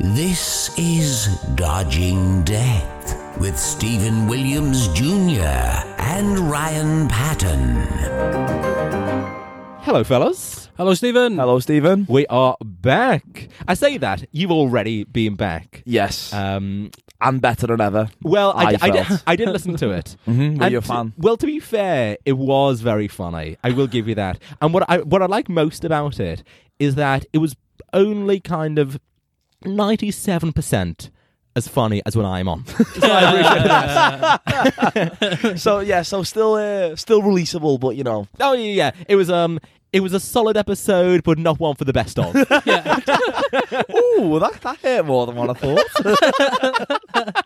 This is Dodging Death with Stephen Williams Jr. and Ryan Patton. Hello, fellas. Hello, Stephen. Hello, Stephen. We are back. I say that you've already been back. Yes, Um, I'm better than ever. well, I, I d- I d- felt. I did listen to it. Mhm, were And you a t- fan? well, to be fair, it was very funny. I will give you that. And what I what I like most about it is that it was only kind of ninety seven percent as funny as when I'm on. so yeah, so still, uh, still releasable, but you know, oh yeah, yeah. It was um, it was a solid episode, but not one for the best of. ooh, that that hurt more than what I thought.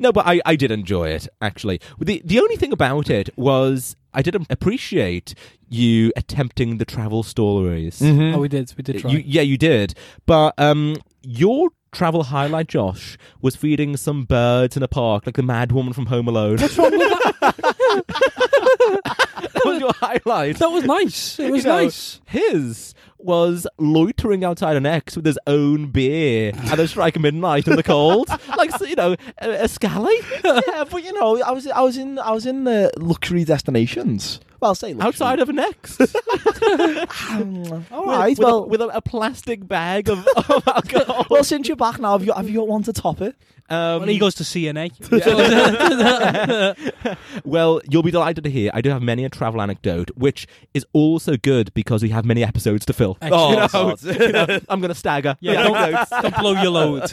No, but I, I did enjoy it, actually. The, the only thing about it was I didn't appreciate you attempting the travel stories. Mm-hmm. Oh, we did. We did try. You, yeah, you did. But um, your travel highlight, Josh, was feeding some birds in a park, like the mad woman from Home Alone. What's wrong with that? that was your highlight. that was nice. It was You know, nice. His was loitering outside an ex with his own beer at the strike of midnight in the cold. like, so, you know, a, a scally. yeah, but you know, I was, I was in, I was in uh, luxury destinations. Well, I'll say luxury. outside of an ex. With- All with, right. well, a, with a, a plastic bag of, of alcohol. well, since you're back now, have you, have you got one to top it? Um, Well, he goes to CNA. Well, you'll be delighted to hear I do have many a travel anecdote, which is also good because we have many episodes to fill. Excellent. Oh. You know, I'm going to stagger. the Yeah, don't, anecdotes. don't blow your load.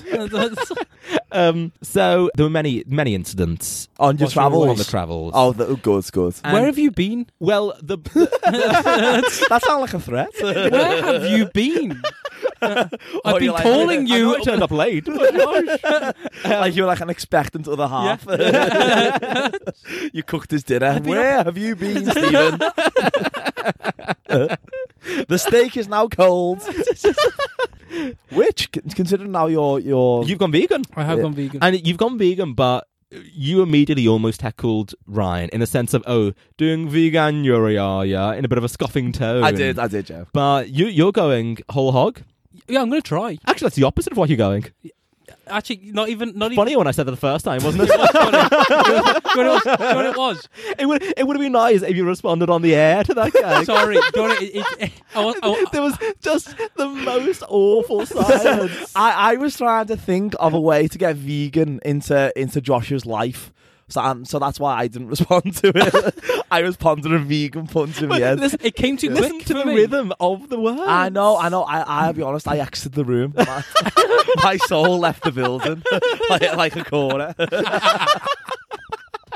um, so there were many, many incidents On your whilst we were travels. On the travels. Oh, the, oh, good, good. And- Where have you been? Well, the, the- that sounds like a threat. Where have you been? I've been you're like- calling I know you. I turned up late. like you're like an expectant other half. you cooked his dinner. Where have you been, Stephen? the steak is now cold. Which, c- considering now your your You've gone vegan, I have Yeah. gone vegan. and you've gone vegan, but you immediately almost heckled Ryan in the sense of oh, doing vegan, yeah, yeah, in a bit of a scoffing tone. I did, I did, Joe. But you you're going whole hog. yeah, I'm going to try. Actually, that's the opposite of what you're going. Actually, not even. Not Funny when I said that the first time, wasn't it? even. Do you know what it was? Do you know what it was? it would it would have been nice if you responded on the air to that guy. Sorry. Do you know what it, it, it, I was, I was, there was just the most awful silence. I, I was trying to think of a way to get vegan into into Josh's life. So, um, so that's why I didn't respond to it. I was pondering vegan puns in my head. listen, it came too Listen quick to for the me. rhythm of the word. I know, I know. I, I'll be honest. I exited the room. My, my soul left the building like, like a corner.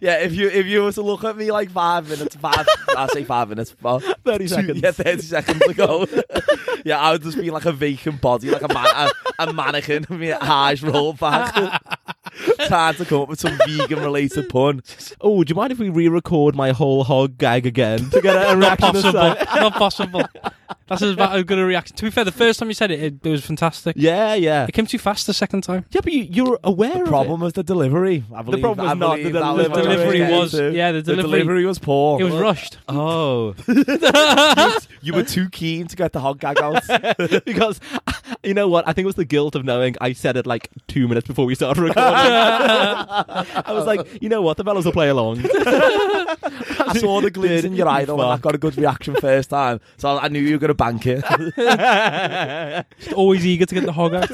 yeah, if you if you were to look at me like five minutes, five, I say five minutes, well, Thirty two- seconds. yeah, thirty seconds ago, yeah, I would just be like a vacant body, like a man, a, a mannequin, with my eyes rolled back, trying to come up with some vegan related pun. Oh, do you mind if we re-record my whole hog gag again to get a Not reaction? this possible. time? Not possible. That's as bad as good a reaction. To be fair, the first time you said it, it, it was fantastic. Yeah, yeah, It came too fast the second time. yeah. But you, you're aware The of problem was the delivery. I believe, problem was I not believe the that was The what I delivery getting was. to. Yeah, the The delivery. delivery was poor. it was rushed. It. Oh, You were too keen to get the hot gag out. because you know what? I think it was the guilt of knowing I said it like two minutes before we started recording. I was like, you know what? The fellas will play along. I saw the glint in your eye though, and I Fuck. got a good reaction first time, so I knew you were going to bank it. Just always eager to get the hog out.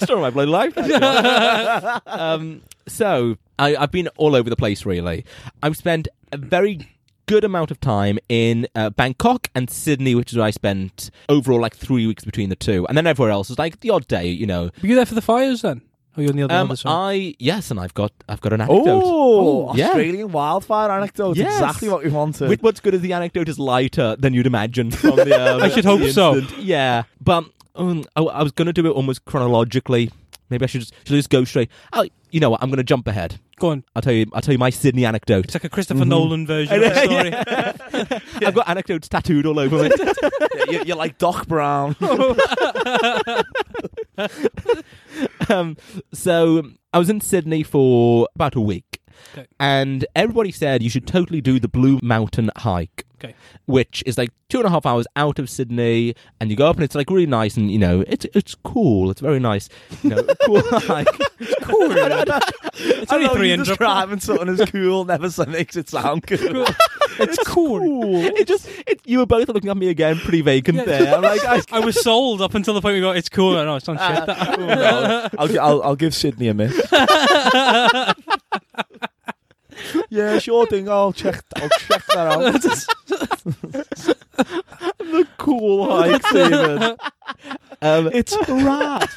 story of my bloody life. That's all. um, so I, I've been all over the place. Really, I've spent a very good amount of time in uh, Bangkok and Sydney, which is where I spent overall like three weeks between the two, and then everywhere else was like the odd day, you know. Were you there for the fires then? Oh, you're on the other, Um, other side. I yes, and I've got I've got an anecdote. Oh, yeah. Australian wildfire anecdote. Yes. Exactly what we wanted. Which, what's good is the anecdote is lighter than you'd imagine from the. Um, I should hope the so. incident. Yeah, but um, I, I was going to do it almost chronologically. Maybe I should just, should I just go straight. Oh, you know what? I'm going to jump ahead. Go on. I'll tell you. I'll tell you my Sydney anecdote. It's like a Christopher Nolan version of the story. I've got anecdotes tattooed all over me. Yeah, you- you're like Doc Brown. um, so I was in Sydney for about a week, Okay. and everybody said you should totally do the Blue Mountain hike. Okay. which is like two and a half hours out of Sydney, and you go up and it's like really nice and you know it's it's cool. It's very nice. You know, cool. like- Cool. it's I only know three you inches. describing something as cool never so- makes it sound cool. It's cool. It just it, you were both looking at me again, pretty vacant Yeah. there. Like I, I was sold up until the point we got it's cool. No, it's not shit. Uh, Well, I'll, gi- I'll, I'll give Sydney a miss. yeah, sure thing. I'll check. I'll check that out. cool hike, Stephen. um, It's rad.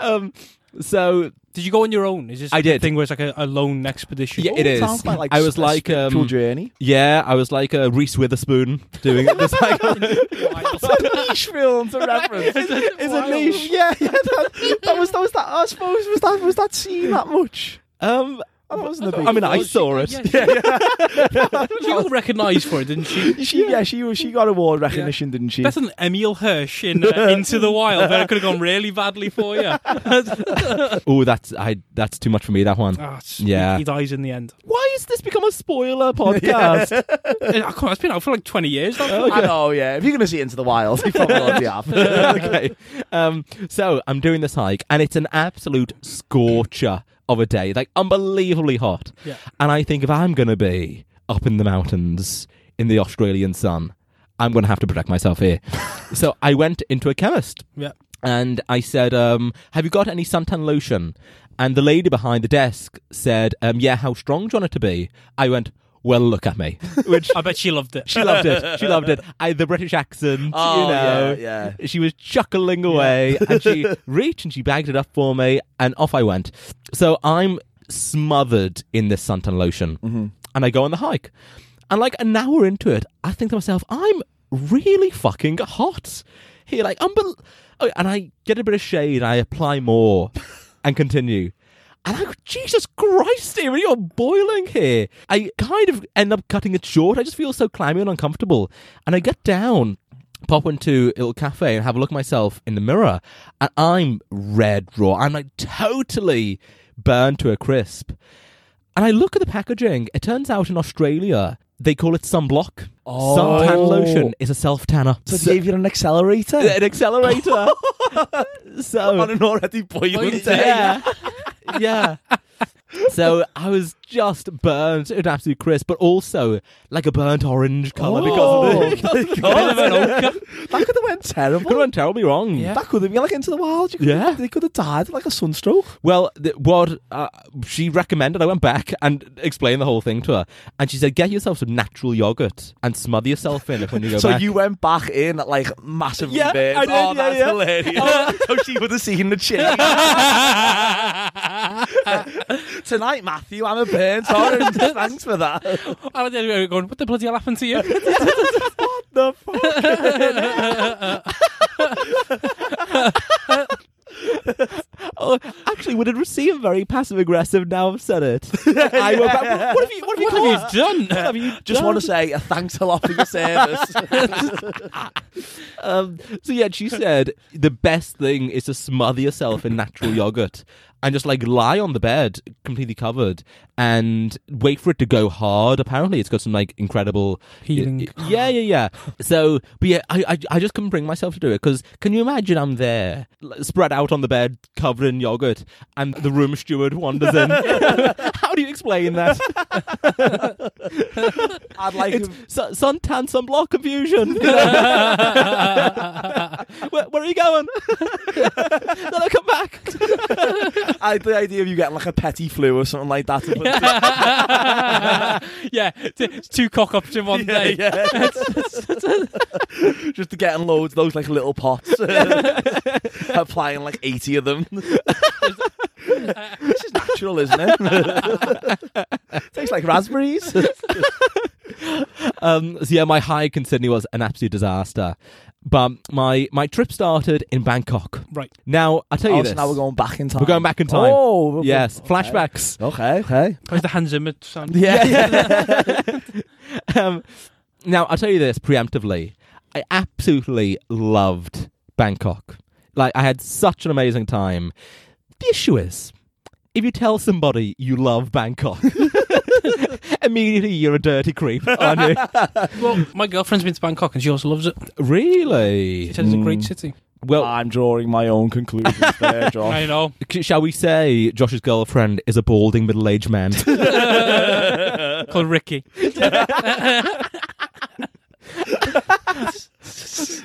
um, so Did you go on your own? Is this I did. thing where it's like a, a lone expedition? Yeah, it is. Sounds quite like I was a like, spiritual um, journey. yeah, I was like a Reese Witherspoon doing it. Just like niche film to reference. Is it Is wild? a niche? Yeah, yeah. That, that was that was that. I suppose was that was that scene that much. um, That wasn't a big. I mean, I deal. saw it. Yeah, she got recognised for it, didn't she? She yeah, she was she got award recognition, didn't she? Better than Emil Hirsch in uh, Into the Wild, where it could have gone really badly for you. Oh, that's I. That's too much for me. That one. Ah, it's- Yeah. he dies in the end. Why has this become a spoiler podcast? Uh, I can't, it's been out for like twenty years. That Oh. I know. Yeah, if you're gonna see Into the Wild, you probably already have. okay. Um, so I'm doing this hike, and it's an absolute scorcher of a day, like unbelievably hot. Yeah. And I think if I'm going to be up in the mountains in the Australian sun, I'm going to have to protect myself here. so I went into a chemist yeah. and I said, um, "Have you got any suntan lotion?" And the lady behind the desk said, um, "Yeah, how strong do you want it to be?" I went, "Well, look at me." Which I bet she loved it. she loved it. She loved it. I had the British accent, you Oh, know. yeah, She was chuckling away and she reached and she bagged it up for me and off I went. So I'm smothered in this suntan lotion and I go on the hike. And like an hour into it, I think to myself, I'm really fucking hot here. Like, unbel- oh, and I get a bit of shade, I apply more and continue. And I go, Jesus Christ, Amy, you're boiling here. I kind of end up cutting it short. I just feel so clammy and uncomfortable. And I get down, pop into a little cafe and have a look at myself in the mirror. And I'm red raw. I'm like totally burned to a crisp. And I look at the packaging. It turns out in Australia, they call it sunblock. Oh. Suntan lotion is a self tanner. So, gave you an accelerator. an accelerator. so on an already boiling day. yeah. yeah. So I was just burnt an absolute crisp, but also like a burnt orange colour because of the Oh, my God. that could have went terrible. could have went terribly wrong. That could have been like into the wild. You could, Yeah. they could have died of, like a sunstroke. Well, th- what uh, she recommended, I went back and explained the whole thing to her, and she said, "Get yourself some natural yogurt and smother yourself in it when you go so back." you went back in like massively Yeah, burnt. I did, oh, yeah, that's yeah. hilarious. so she would have seen the change. Tonight, Matthew, I'm a burnt orange. Thanks for that. I did going, what the bloody hell happened to you? The fuck? oh, actually, would it seem very passive aggressive now I've said it? I went back, "What- What have you? What have you? What have you done? have you Just want done?" to say a thanks a lot for your service. Um, so yeah, she said the best thing is to smother yourself in natural yogurt and just like lie on the bed completely covered and wait for it to go hard. Apparently, it's got some like incredible Healing. Yeah, yeah, yeah. So, but yeah, I I, I just couldn't bring myself to do it because can you imagine I'm there l- spread out on the bed covered in yogurt and the room steward wanders in. How do you explain that? I'd like It's sun, suntan, sunblock confusion. you know? where, where are you going? then I come back. I, the idea of you getting like a petty flu or something like that. Yeah, yeah, t- it's two cock ups in one day. yeah. Just to getting loads of those like little pots, applying like eighty of them. this is natural, isn't it? Tastes like raspberries. Um, so yeah, my hike in Sydney was an absolute disaster. But my my trip started in Bangkok. Right. Now I tell you Oh, so this. now we're going back in time. We're going back in time. Oh, okay. yes, flashbacks. Okay, okay. Where's the Hans Zimmer sound? Yeah. Um, now I'll tell you this preemptively. I absolutely loved Bangkok. Like I had such an amazing time. The issue is, if you tell somebody you love Bangkok, Immediately, you're a dirty creep, aren't you? Well, my girlfriend's been to Bangkok and she also loves it. really? She said it's a great city. Well, I'm drawing my own conclusions there, Josh. I know. c- shall we say Josh's girlfriend is a balding middle-aged man? Called Ricky.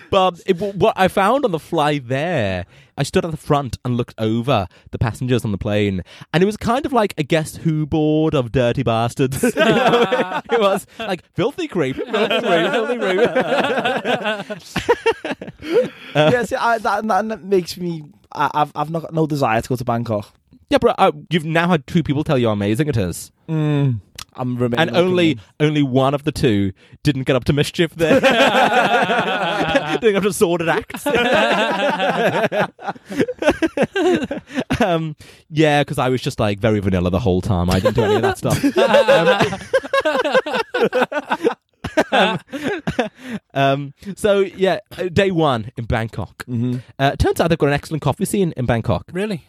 But it, w- what I found on the fly there, I stood at the front and looked over the passengers on the plane, and it was kind of like a guess who board of dirty bastards. You know, it was like filthy creep, filthy creep, filthy creep. yeah, see, I, that, that that makes me. I, I've I've not no desire to go to Bangkok. yeah, but uh, you've now had two people tell you how amazing it is, Mm. I'm remaining and looking only in. only one of the two didn't get up to mischief there. didn't up to sordid acts. um, yeah, because I was just like very vanilla the whole time. I didn't do any of that stuff. Um, um, so yeah, uh, day one in Bangkok. Mm-hmm. Uh, turns out they've got an excellent coffee scene in Bangkok. Really?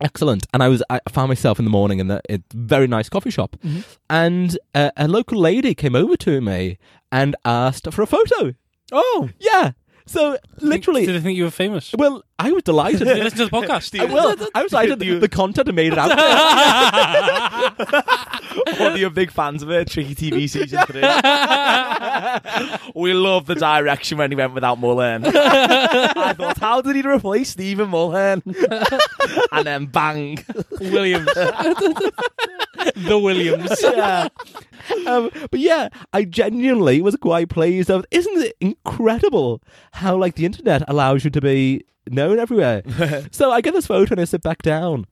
Excellent. And I was I found myself in the morning in the a very nice coffee shop, Mm-hmm. and uh, a local lady came over to me and asked for a photo. Oh, Yeah. So Did literally, they think you were famous? well, I was delighted. Did they listen to the podcast? I- well, I was delighted that the content made it out. Whether you're big fans of it, Tricky TV season three. we love the direction when he went without Mullen. I thought, how did he replace Stephen Mullen? and then bang. Williams. the Williams. yeah. Um, but yeah, I genuinely was quite pleased. Of, isn't it incredible how like the internet allows you to be known everywhere? so I get this photo and I sit back down,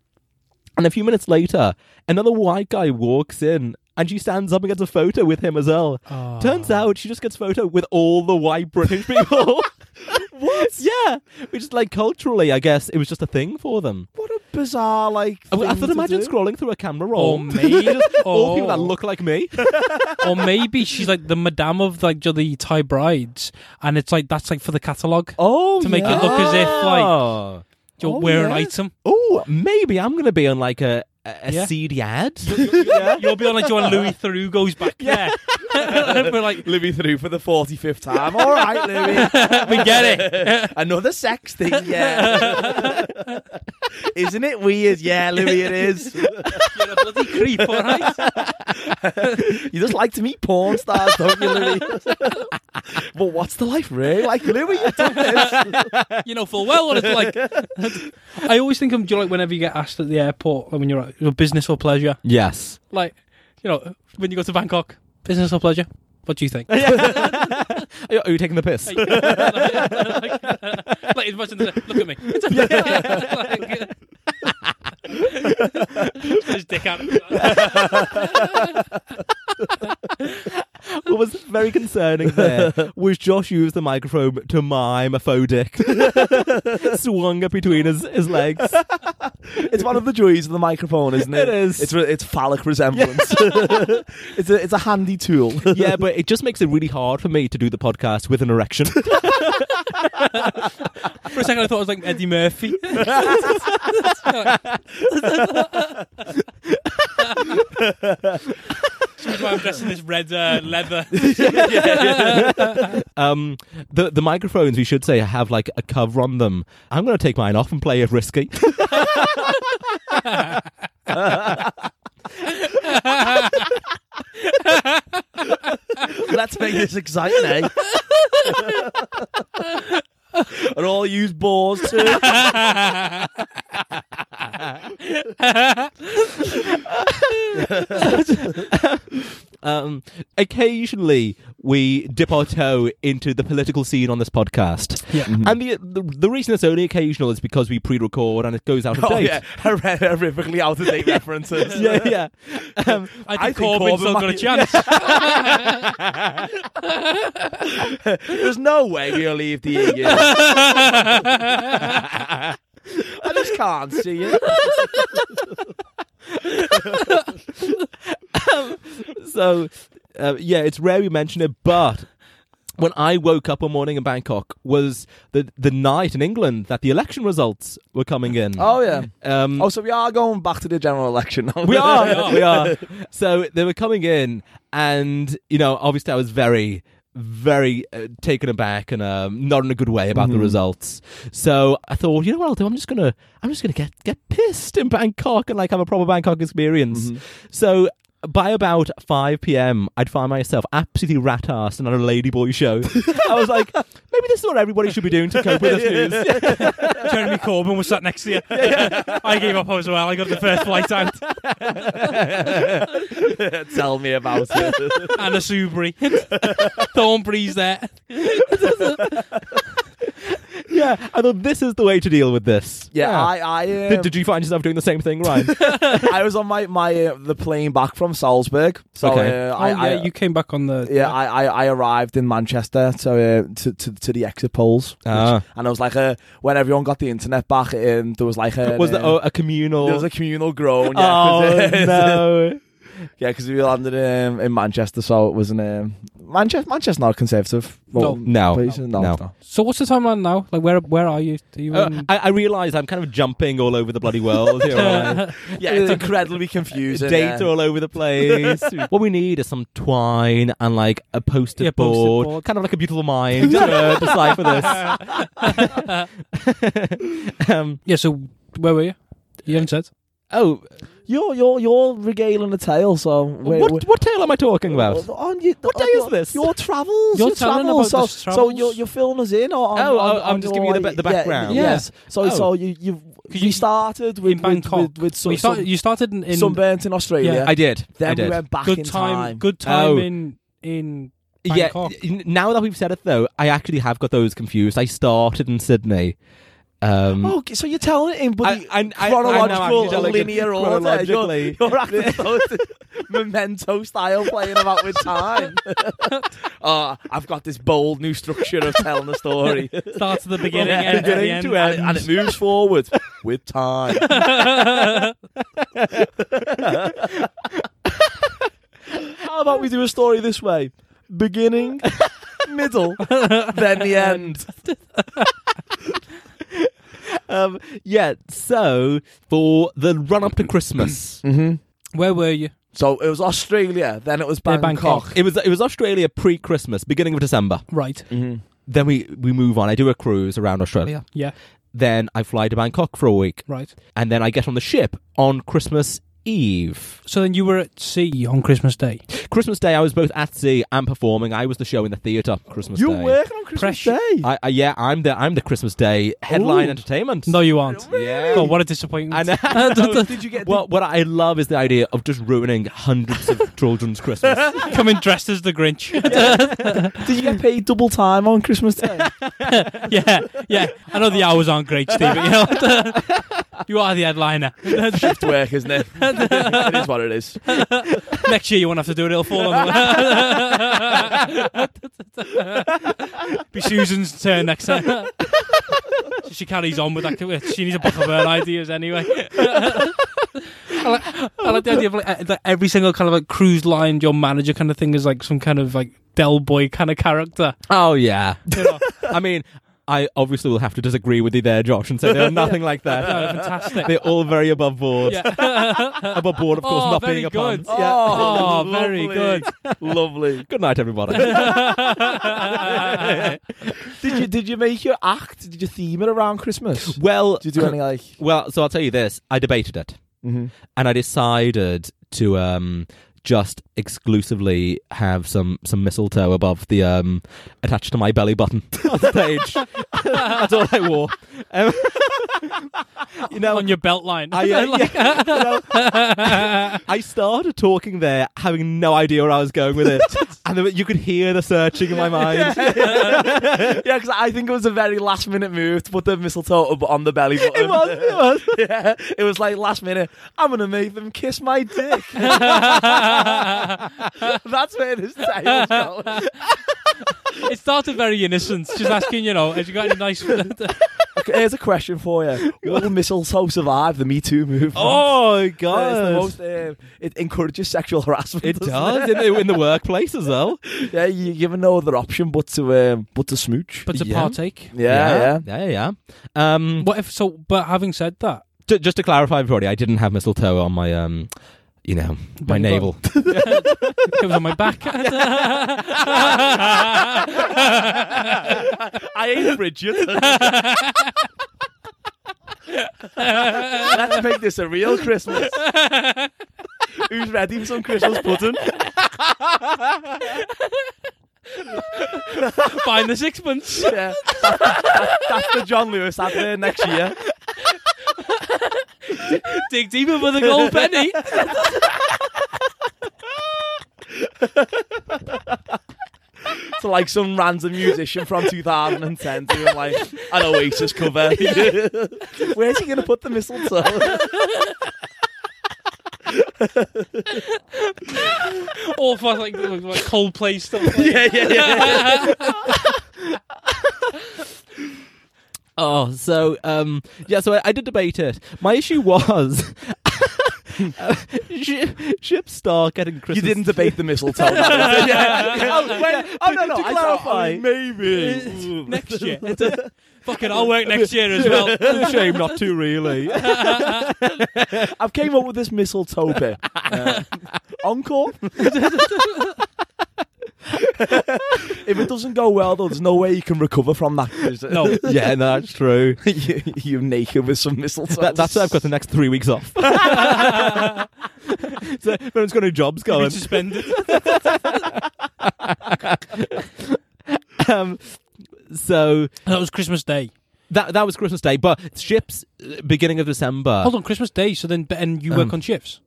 and a few minutes later, another white guy walks in. And she stands up and gets a photo with him as well. Turns out she just gets photo with all the white British people. what? Yeah, which is like culturally, I guess it was just a thing for them. What a bizarre, like. I, I thing thought, to imagine do. Oh, scrolling through a camera Or roll, maybe, all people or, that look like me. or maybe she's like the madame of like the Thai brides, and it's like that's like for the catalog. Oh, To make it yeah. look as if, like- Oh. You're Oh, wearing yeah. an item. oh, maybe I'm gonna be on like a a, a Yeah. CD ad. You'll be on like when Louis Theroux goes back there. We're like, Louis through for the 45th time. All right, Louis. we get it. Another sex thing, yeah. Isn't it weird? Yeah, Louis, it is. You're a bloody creep, all right? You just like to meet porn stars, don't you, Louis? but what's the life really like, Louis? You've done this. You know full well what it's like. I always think of, do you know, like whenever you get asked at the airport, like when you're at your business or pleasure, yes. like, you know, when you go to Bangkok, business or pleasure, what do you think? Are you- are you taking the piss? like, like, it's much in the- look at me. Like- His dick out. what was very concerning there was Josh used the microphone to mime a faux dick, swung it between his, his legs. It's one of the joys of the microphone, isn't it? It is. It's, re- it's phallic resemblance. it's, a, it's a handy tool. Yeah, but it just makes it really hard for me to do the podcast with an erection. For a second, I thought it was like Eddie Murphy. Excuse me, I'm dressed in this red uh, leather. Um, the the microphones, we should say, have like a cover on them. I'm going to take mine off and play it risky. Let's make this exciting, eh? and all use balls too. Um, occasionally, we dip our toe into the political scene on this podcast. Yeah. And the, the the reason it's only occasional is because we pre-record and it goes out of Oh date. yeah, Hor- horrifically out of date references. yeah, yeah. Um, I think, I think Corbyn's Corbyn not got a might- chance. There's no way we'll leave the EU. I just can't see it. so, uh, yeah, it's rare we mention it, but when I woke up one morning in Bangkok was the the night in England that the election results were coming in. Oh yeah. Um, Oh, so we are going back to the general election. now. we are, we are. So they were coming in, and you know, obviously, I was very, very uh, taken aback and um, not in a good way about the results. So I thought, you know what I'll do? I'm just gonna, I'm just gonna get get pissed in Bangkok and like have a proper Bangkok experience. So. By about 5 p.m., I'd find myself absolutely rat assed and on a ladyboy show. I was like, maybe this is what everybody should be doing to cope with this news. Jeremy Corbyn was sat next to you. I gave up as well. I got the first flight out Tell me about it. and a Subri. Thornbury's there. yeah, I thought this is the way to deal with this. yeah, I, I, um, Did, did you find yourself doing the same thing, Ryan? I was on my my uh, the plane back from Salzburg. So Okay. uh, Oh, I, yeah, I, you came back on the. Yeah, I, I, I arrived in Manchester so uh, to, to to the exit polls, which- Ah. and I was like, uh, when everyone got the internet back, um, there was like a was that oh, a communal? there was a communal groan. Yeah, oh 'cause, uh, no! yeah, 'cause we landed um, in Manchester, so it was an um, Manchester. Manchester's not a conservative. vote No. place, no, No. no. So what's the timeline now? Like, where where are you? Are you Uh, in- I, I realise I'm kind of jumping all over the bloody world here. aren't Yeah, it's incredibly I? confusing. Data yeah. all over the place. what we need is some twine and like a poster Yeah, poster board, board. kind of like a beautiful mind to decipher this. um, yeah. So where were you? You haven't said. oh, You're you're you're regaling the tale. So wait, what wait- what tale am I talking about? On you, What day your- is this? Your travels. You're your telling travels. so, about the so travels? you're, you're filling us in. On, Oh, on, oh, on I'm just your, giving you the ba- the yeah, background. yeah. Yeah. Yes. So Oh. so you you you- we started with in Bangkok. with, with, with some, you started. You started in, in some sunburnt in Australia. Yeah. I did. then I did. we went back good in time, time. Good time Oh. in in. Bangkok. Yeah. n- Now that we've said it though, I actually have got those confused. I started in Sydney. Um, Oh, okay, so you're telling it in I- bloody I- I- I'm now actually chronological, telling it linear order. You're, chronologically. you're acting so memento style, playing about with time. oh, I've got this bold new structure of telling the story. Starts at the beginning, Yeah. end, Beginning at the to end. end, and it moves forward with time. How about we do a story this way? Beginning, middle, then the end. um, yeah. So for the run up to Christmas, Mm-hmm. Where were you? So it was Australia, then it was Yeah, Bangkok. Bangkok. it was it was Australia pre Christmas, beginning of December. Right. Mm-hmm. Then we we move on. I do a cruise around Australia. Yeah. Then I fly to Bangkok for a week, Right. and then I get on the ship on Christmas Eve. So then you were at sea on Christmas Day. Christmas Day, I was both at sea and performing. I was the show in the theatre. Christmas You Day. were working on Christmas Pressure. Day. I, I, yeah, I'm the I'm the Christmas Day headline Ooh. entertainment. No, you aren't. Yeah. God, what a disappointment. I know. Did you get? Well, what I love is the idea of just ruining hundreds of children's Christmas. Coming dressed as the Grinch. did you get paid double time on Christmas Day? yeah, yeah. I know the hours aren't great, Steve, but you know. you are the headliner. Shift work, isn't it? it is what it is. Next year you won't have to do it. It'll fall on the Be Susan's turn next time. So she carries on with that. She needs a book of her ideas anyway. I, like, I like the idea of like, uh, that every single kind of like cruise line, your manager kind of thing is like some kind of like Del Boy kind of character. oh yeah. You know, I mean, I obviously will have to disagree with you there, Josh, and say they're nothing like that. Oh, fantastic. They're all very above board. Yeah. Above board, of course, Oh, not very being a good. pun. Oh, very good. lovely. Good night, everybody. Did you did you make your act? Did you theme it around Christmas? well, Did you do any like? well, so I'll tell you this. I debated it, Mhm. and I decided to um, just exclusively have some some mistletoe above the um, attached to my belly button on stage. That's all I wore. Um, you know, on your belt line. I, uh, yeah, you know, I started talking there, having no idea where I was going with it, and there, were- you could hear the searching in my mind. Yeah, because I think it was a very last minute move to put the mistletoe up on the belly button. It was, it was. yeah, it was like last minute. I'm gonna make them kiss my dick. That's where this tale's going. it started very innocent. Just asking, you know, have you got any nice here's a question for you: Will mistletoe survive the Me Too movement? Oh Yeah, god, it's the most, um, it encourages sexual harassment. it doesn't does in the, in the workplace as well. it? Yeah, you give her no other option but to um, but to smooch. but to Yeah. partake. yeah, yeah. yeah, yeah. yeah. Um, What if so? But having said that, ju- just to clarify, everybody, I didn't have mistletoe on my um, you know, my Belly navel. it was on my back. I ain't Bridget. Let's make this a real Christmas. Who's ready for some Christmas pudding? Find the sixpence. Yeah. That's, that's- that's the John Lewis ad there next year. Dig deeper with a gold penny. To like some random musician from 2010 doing like an Oasis cover. Where's he going to put the mistletoe? Or for like, like Coldplay stuff. yeah, yeah, yeah. Oh, so um, yeah, so I, I did debate it. My issue was. uh, Ship, Ship Star getting You Christmas. didn't debate the mistletoe. that was it. Yeah. Oh, wait, oh, no, no. To I- clarify. I- maybe. next year. Fucking, I'll work next year as well. shame not to really. I've came up with this mistletoe bit. Uh, encore. if it doesn't go well, though, there's no way you can recover from that. Is it? No. yeah, no, that's true. you, you're naked with some mistletoe. That, that's why I've got the next three weeks off. so everyone's got no jobs Be going. suspended. Um, so That was Christmas Day. that that was Christmas Day, but ships uh, beginning of December. Hold on, Christmas Day. So then, but- and you work Uh, Um, on shifts.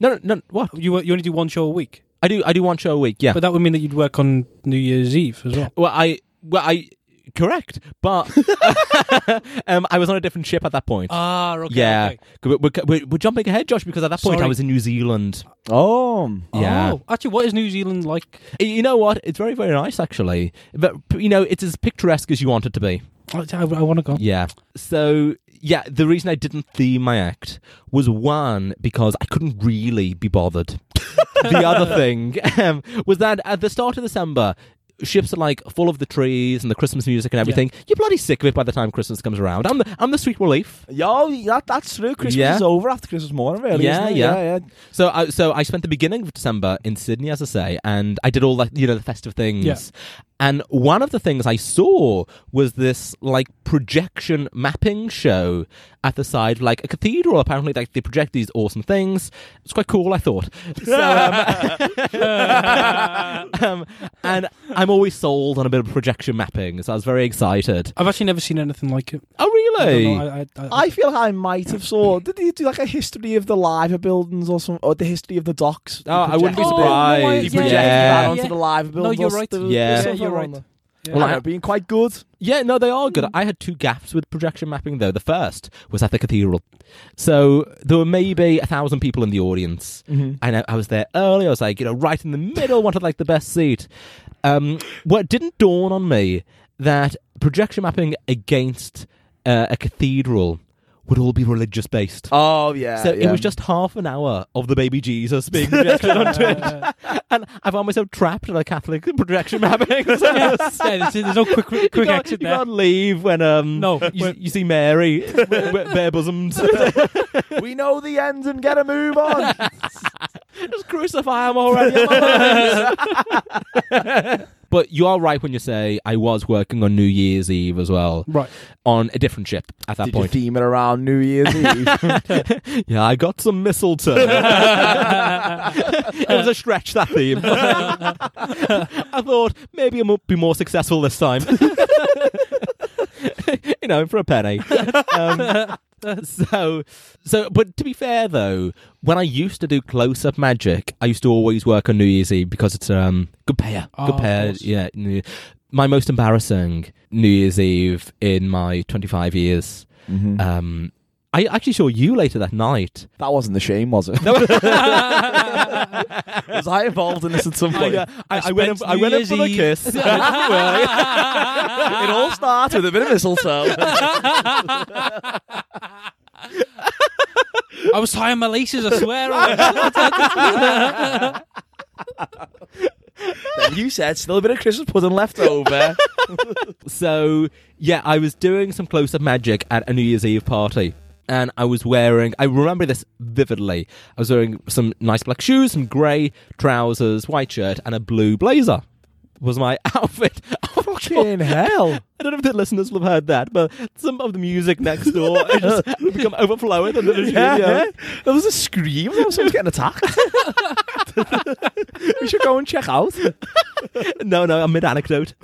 No, no, no, what? You work, you only do one show a week, I do I do one show a week. Yeah. but that would mean that you'd work on New Year's Eve as well. well, I well I correct, but um, I was on a different ship at that point. Ah, okay. yeah, 'Cause we're, we're, we're jumping ahead, Josh, because at that point Sorry. I was in New Zealand. Oh. Yeah. Oh, actually, what is New Zealand like? You know what? It's very very nice actually, but you know it's as picturesque as you want it to be. I, want to go. Yeah. So yeah, the reason I didn't theme my act was one because I couldn't really be bothered. the other thing um, was that at the start of December. Ships are like full of the trees and the Christmas music and everything. You're bloody sick of it by the time Christmas comes around. I'm the, I'm the sweet relief. Yo, that, that's true. Christmas Yeah. is over after Christmas morning, really. Yeah, isn't it? yeah. yeah, yeah. So I so I spent the beginning of December in Sydney, as I say, and I did all like you know the festive things. Yeah. And one of the things I saw was this like projection mapping show at the side of like a cathedral. Apparently, like they project these awesome things. It's quite cool, I thought. So, um, um, and I'm always sold on a bit of projection mapping, so I was very excited. I've actually never seen anything like it. Oh, I don't really? know, I, I, I, I feel I might have saw. Did he do like a history of the liver buildings or some, or the history of the docks? Oh, I wouldn't be Projected- Oh, surprised. no, I- He yeah, projected yeah. that onto the liver buildings. you're right. Yeah. Yeah, you're right. Well, I being quite good. Yeah, no, they are Hmm. good. I had two gaps with projection mapping, though. The first was at the cathedral. So there were maybe a thousand people in the audience. And I, I was there early. I was like, you know, right in the middle, wanted like the best seat. Um, what didn't dawn on me that projection mapping against uh, a cathedral would all be religious based. Oh yeah. So yeah. it was just half an hour of the baby Jesus being projected onto it. And I found myself trapped in a Catholic projection mapping. So yeah, there's, there's no quick quick you can't, exit you there. can't leave when um No, you, when- you see Mary with bare bosoms we know the end and get a move on. just crucify him already. but you are right when you say I was working on New Year's Eve as well Right. on a different ship at that Did you point. theme it around New Year's Eve? yeah, I got some mistletoe. it was a stretch that theme. I thought maybe I might be more successful this time. you know, for a penny. Um, so, so, but to be fair though, when I used to do close-up magic, I used to always work on New Year's Eve because it's um good payer, Ah, good of payer. course. Yeah. New- my most Mm-hmm. embarrassing New Year's Eve in my twenty-five years. Um, I actually saw you later that night. That wasn't the shame, was it? was I involved in this at some point? I, Oh, I went up- I went up for the kiss. It all started with a bit of mistletoe. I was tying my laces, I swear. I was. then you said still a bit of Christmas pudding left over. So yeah, I was doing some close-up magic at a New Year's Eve party, and I was wearing. I remember this vividly. I was wearing some nice black shoes, some grey trousers, white shirt, and a blue blazer. Was my outfit. Fucking hell. I don't know if the listeners will have heard that, but some of the music next door has just become overflowing. in the video. Yeah. There was a scream. There was someone getting attacked. we should go and check out. No, no, I'm mid anecdote.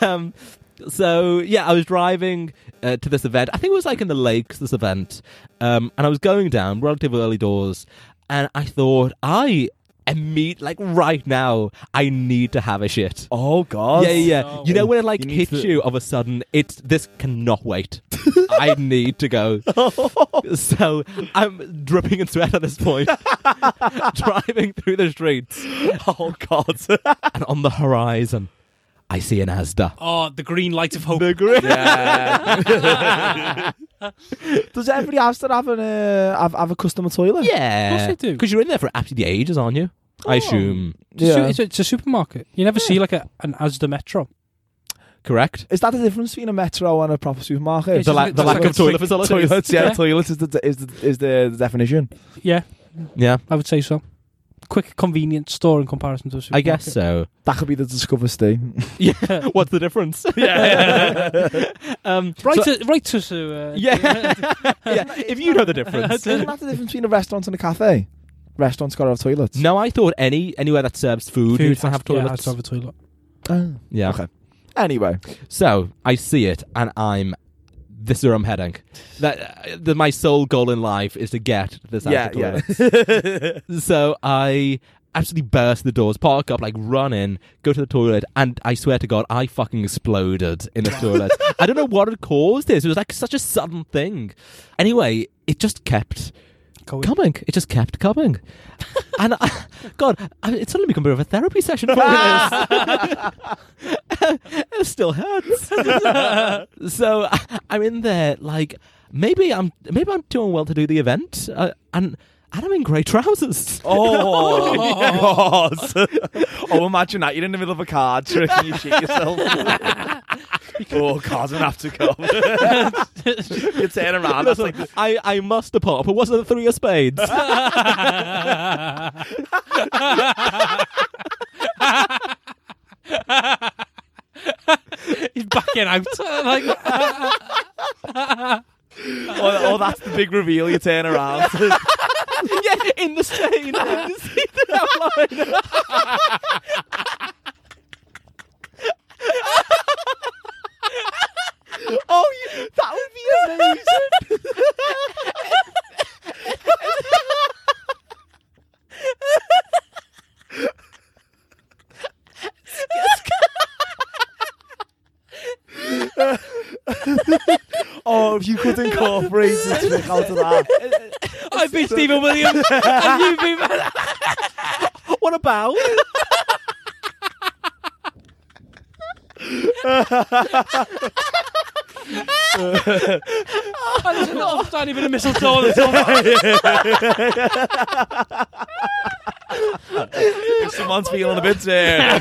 um, so yeah, I was driving uh, to this event. I think it was like in the lakes. This event, um, and I was going down relative early doors, and I thought I. Immediate, like right now, I need to have a shit. Oh, God. Yeah, yeah. yeah. no. You know when it like You need hits to- you of a sudden? It's this cannot wait. I need to go. so I'm dripping in sweat at this point, driving through the streets, Oh, God. and on the horizon, I see an Asda. oh, the green light of hope. yeah. Does everybody have to have, an, uh, have, have a customer toilet? Yeah, Of course they do. Because you're in there for absolutely ages, aren't you? Oh. I assume It's, a su- Yeah. it's, a, it's a supermarket. You never see like a, an Asda Metro. correct. Is that the difference between a metro and a proper supermarket? It's The just la- a- the lack of toilet facilities. Toilets, yeah, Yeah. toilets is the, is the, is the definition. Yeah, Yeah, I would say so. Quick convenience store in comparison to a I supermarket. guess so. That could be the discover stay. Yeah. What's the difference? yeah. um, Right so- to right to uh, yeah. yeah. If you know the difference. Isn't that the difference between a restaurant and a cafe? Restaurants got to have toilets. No, I thought any anywhere that serves food, needs to has- have Yeah, has toilets. to have a toilet. Oh. Yeah. Okay. Anyway, So I see it, and I'm this is where I'm heading. That, uh, that my sole goal in life is to get this out yeah, of the yeah. toilet. So I absolutely burst the doors, park up, like run in, go to the toilet, and I swear to God, I fucking exploded in the toilet. I don't know what had caused this. It was like such a sudden thing. Anyway, it just kept Go in. coming. It just kept coming. and I, God, I, it's suddenly become a bit of a therapy session for us. it still hurts. so I, I'm in there, like maybe I'm maybe I'm doing well to do the event, uh, and and I'm in grey trousers. Oh, God. oh, imagine that. You're in the middle of a car trick and you shit yourself. oh, cars don't have to come. you turn around. That's like, I, I must have pop. It wasn't a three of spades. He's backing out. like, oh, oh, that's the big reveal. You turn around. yeah, in the stain. You see the outline. oh, you, that would be amazing. oh, if you could incorporate the trick out of that. I've been Stephen Williams, and you've been. What about? There's Oh. not a tiny bit of mistletoe on the top. If someone's feeling a bit there.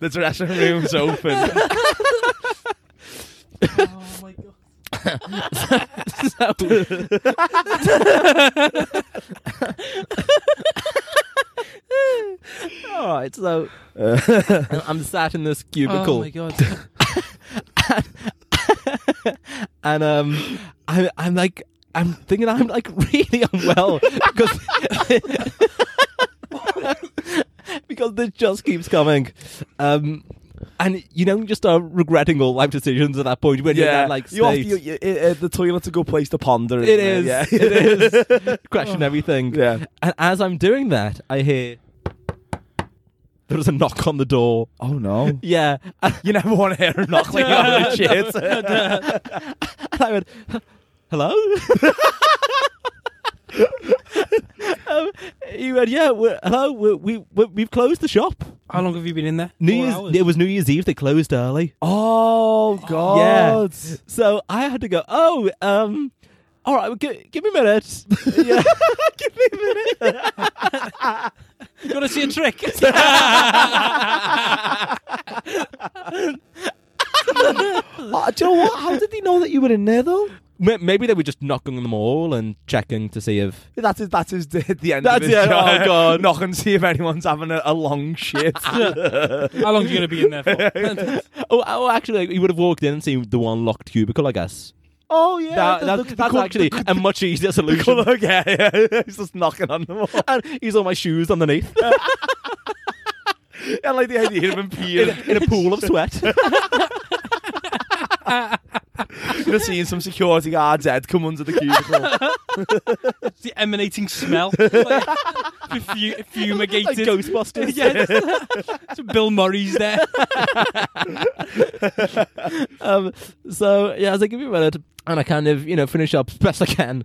the dressing room's open. Oh my god. All right, so and I'm sat in this Oh cubicle, my god. and um, I, I'm like, I'm thinking I'm like really unwell because because this just keeps coming. Um, and you know, you just start regretting all life decisions at that point when you're in that, like you have to, state. you- you- uh, the toilet's a good place to ponder. It is. isn't it? Yeah. It is. Question everything. Yeah. And as I'm doing that, I hear there was a knock on the door. Oh no. Yeah. And You never want to hear a knock like that. Shit. I went, hello? um, he went, yeah, we're, hello, we we, we, we've closed the shop. How long have you been in there? New Four Year's, hours. it was New Year's Eve, they closed early. Oh god. Yeah. So I had to go, oh, um, all right, well, gi- give me a minute. yeah. give me a minute. You gotta see a trick. Uh, Oh, do you know what? How did he know that you were in there though? Ma- Maybe they were just knocking them all and checking to see if. That's his, that's his, the end That's of his the end. job. Oh, God. Knock and see if anyone's having a, a long shit. How long are you gonna be in there for? Oh, oh actually, like, he would have walked in and seen the one locked cubicle, I guess. oh yeah, That- the- that- the- the that's col- actually the- a much easier the solution. colour, yeah, yeah. He's just knocking on them all. and he's on my shoes underneath I like the idea of him in, peeing. a- in a pool of sweat. You're seeing some security guard's head come under the cubicle. It's the emanating smell. Like, fu- like fumigated. Ghostbusters. yeah, it's- Bill Murray's there. Um, so yeah, I was like, give me a minute, and I kind of you know finish up as best I can,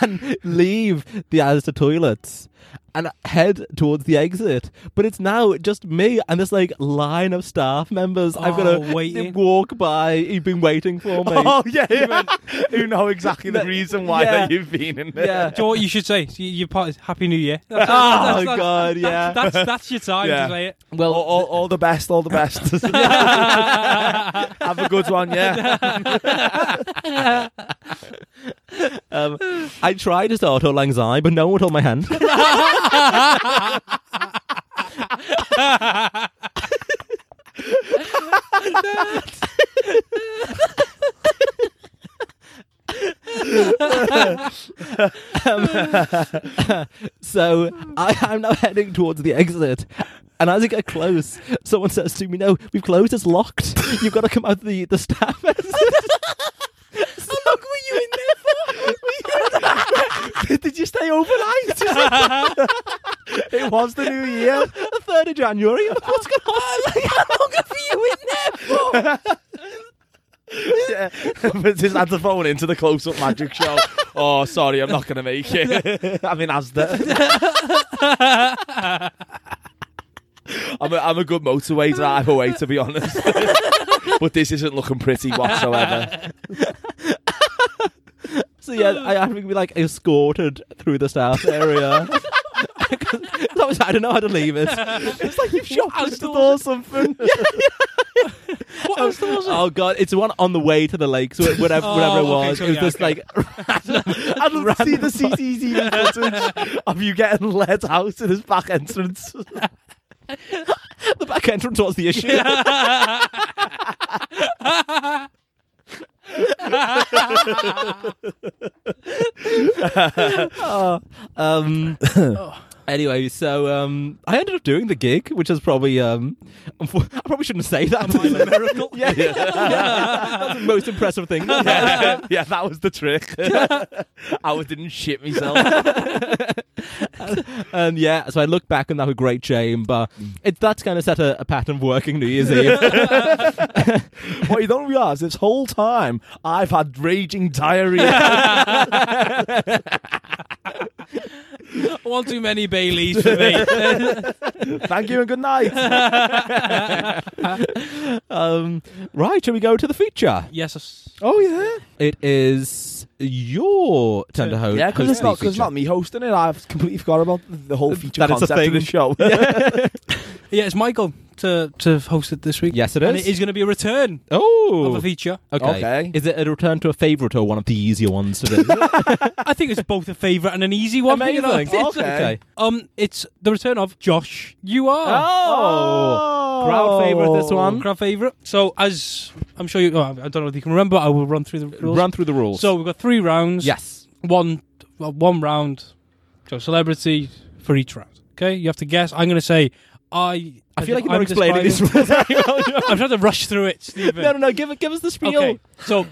and leave the Asda toilets and head towards the exit. But it's now just me and this like line of staff members. I've got Oh, to waiting. walk by. He'd been waiting for me. Oh yeah, yeah. Who know exactly the That- reason why yeah. that you've been in there? yeah. Do you know what you should say? So you- Your part is Happy New Year. That's, Oh god, yeah. that's, that's your time Yeah. to say it. well, All, all, all the best, all the best. Have a good one, yeah. Um, I tried to start Auld Lang Syne, but no one took my hand. Um, so I, I'm now heading towards the exit. And as I get close, someone says to me, No, we've closed, it's locked. You've got to come out the, the staff exit. How long were you in there for? Did you stay overnight? it was the new year. the third of January. What's going on? how long have you in there for? Yeah. but just had to phone into the close up magic show. Oh, sorry, I'm not going to make it. I'm in Asda. I'm a, I'm a good motorway driver away, to be honest. but this isn't looking pretty whatsoever. So yeah, I have to be like escorted through the staff area. 'Cause I was- I don't know how to leave it. It's like you've shot What else there Or was something. it? What else there was it? Oh god, it's the one on the way to the lake. So it- whatever, whatever it Oh, okay, was, so it was yeah, just okay. like I'd love to see the CCTV footage of you getting led out to this back entrance. the back entrance was the issue. Oh, um, anyway, so um, I ended up doing the gig, which is probably um, unfo- I probably shouldn't say that. Am I a miracle? yeah, yeah. that's the most impressive thing. yeah, yeah, that was the trick. I didn't shit myself. And yeah, so I look back on that with great shame, but it, that's kind of set a, a pattern of working New Year's Eve. what you don't realise this whole time I've had raging diarrhea. One too many Baileys for me. Thank you and good night. um, right, shall we go to the feature? yes. Oh yeah, It is your turn to host. yeah. Because it's host not the because not me hosting it. I've completely forgot about the- the whole feature That it's a concept of the thing. show. Yeah, it's Michael to, to host it this week. Yes, it And is. it is going to be a return of Oh, a feature. okay. Okay. Is it a return to a favourite or one of the easier ones to do? I think it's both a favourite and an easy one. you know? Amazing. Okay. Um, it's the return of Josh. You Ah, are Oh, crowd favourite this one. crowd favourite. So as I'm sure you, oh, I don't know if you can remember. I will run through the rules. Run through the rules. So we've got three rounds. yes, One, well, one round. So celebrity for each round. Okay. You have to guess. I'm going to say I. I feel like you're I'm explaining this describing- very well. I'm trying to rush through it, Stephen. no, no, no. Give, give us the spiel. Okay, so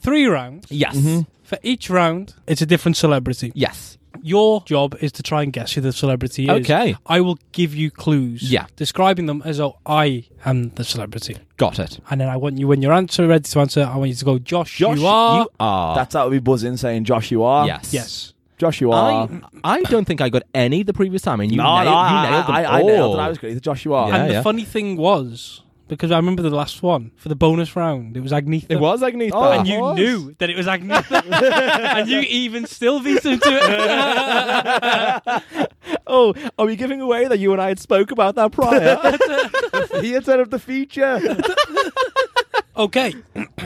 three rounds. Yes. For each round, it's a different celebrity. Yes. Your job is to try and guess who the celebrity is. Okay. I will give you clues. Yeah. Describing them as though I am the celebrity. Got it. And then I want you, when you're answer, ready to answer, I want you to go, Josh, Josh, you are. That's how it would be buzzing saying Josh you are. Yes. Yes. Josh you are. I, I don't think I got any the previous time, and you, no, nailed, no, I, you nailed them I, I, I nailed it. all. I was great. Josh you are. Yeah. and the funny thing was, because I remember the last one, for the bonus round, it was Agnetha. It was Agnetha. Oh, And you was. knew that it was Agnetha. and you even still beat him to it. oh, are we giving away that you and I had spoke about that prior? Theatre of the feature. okay.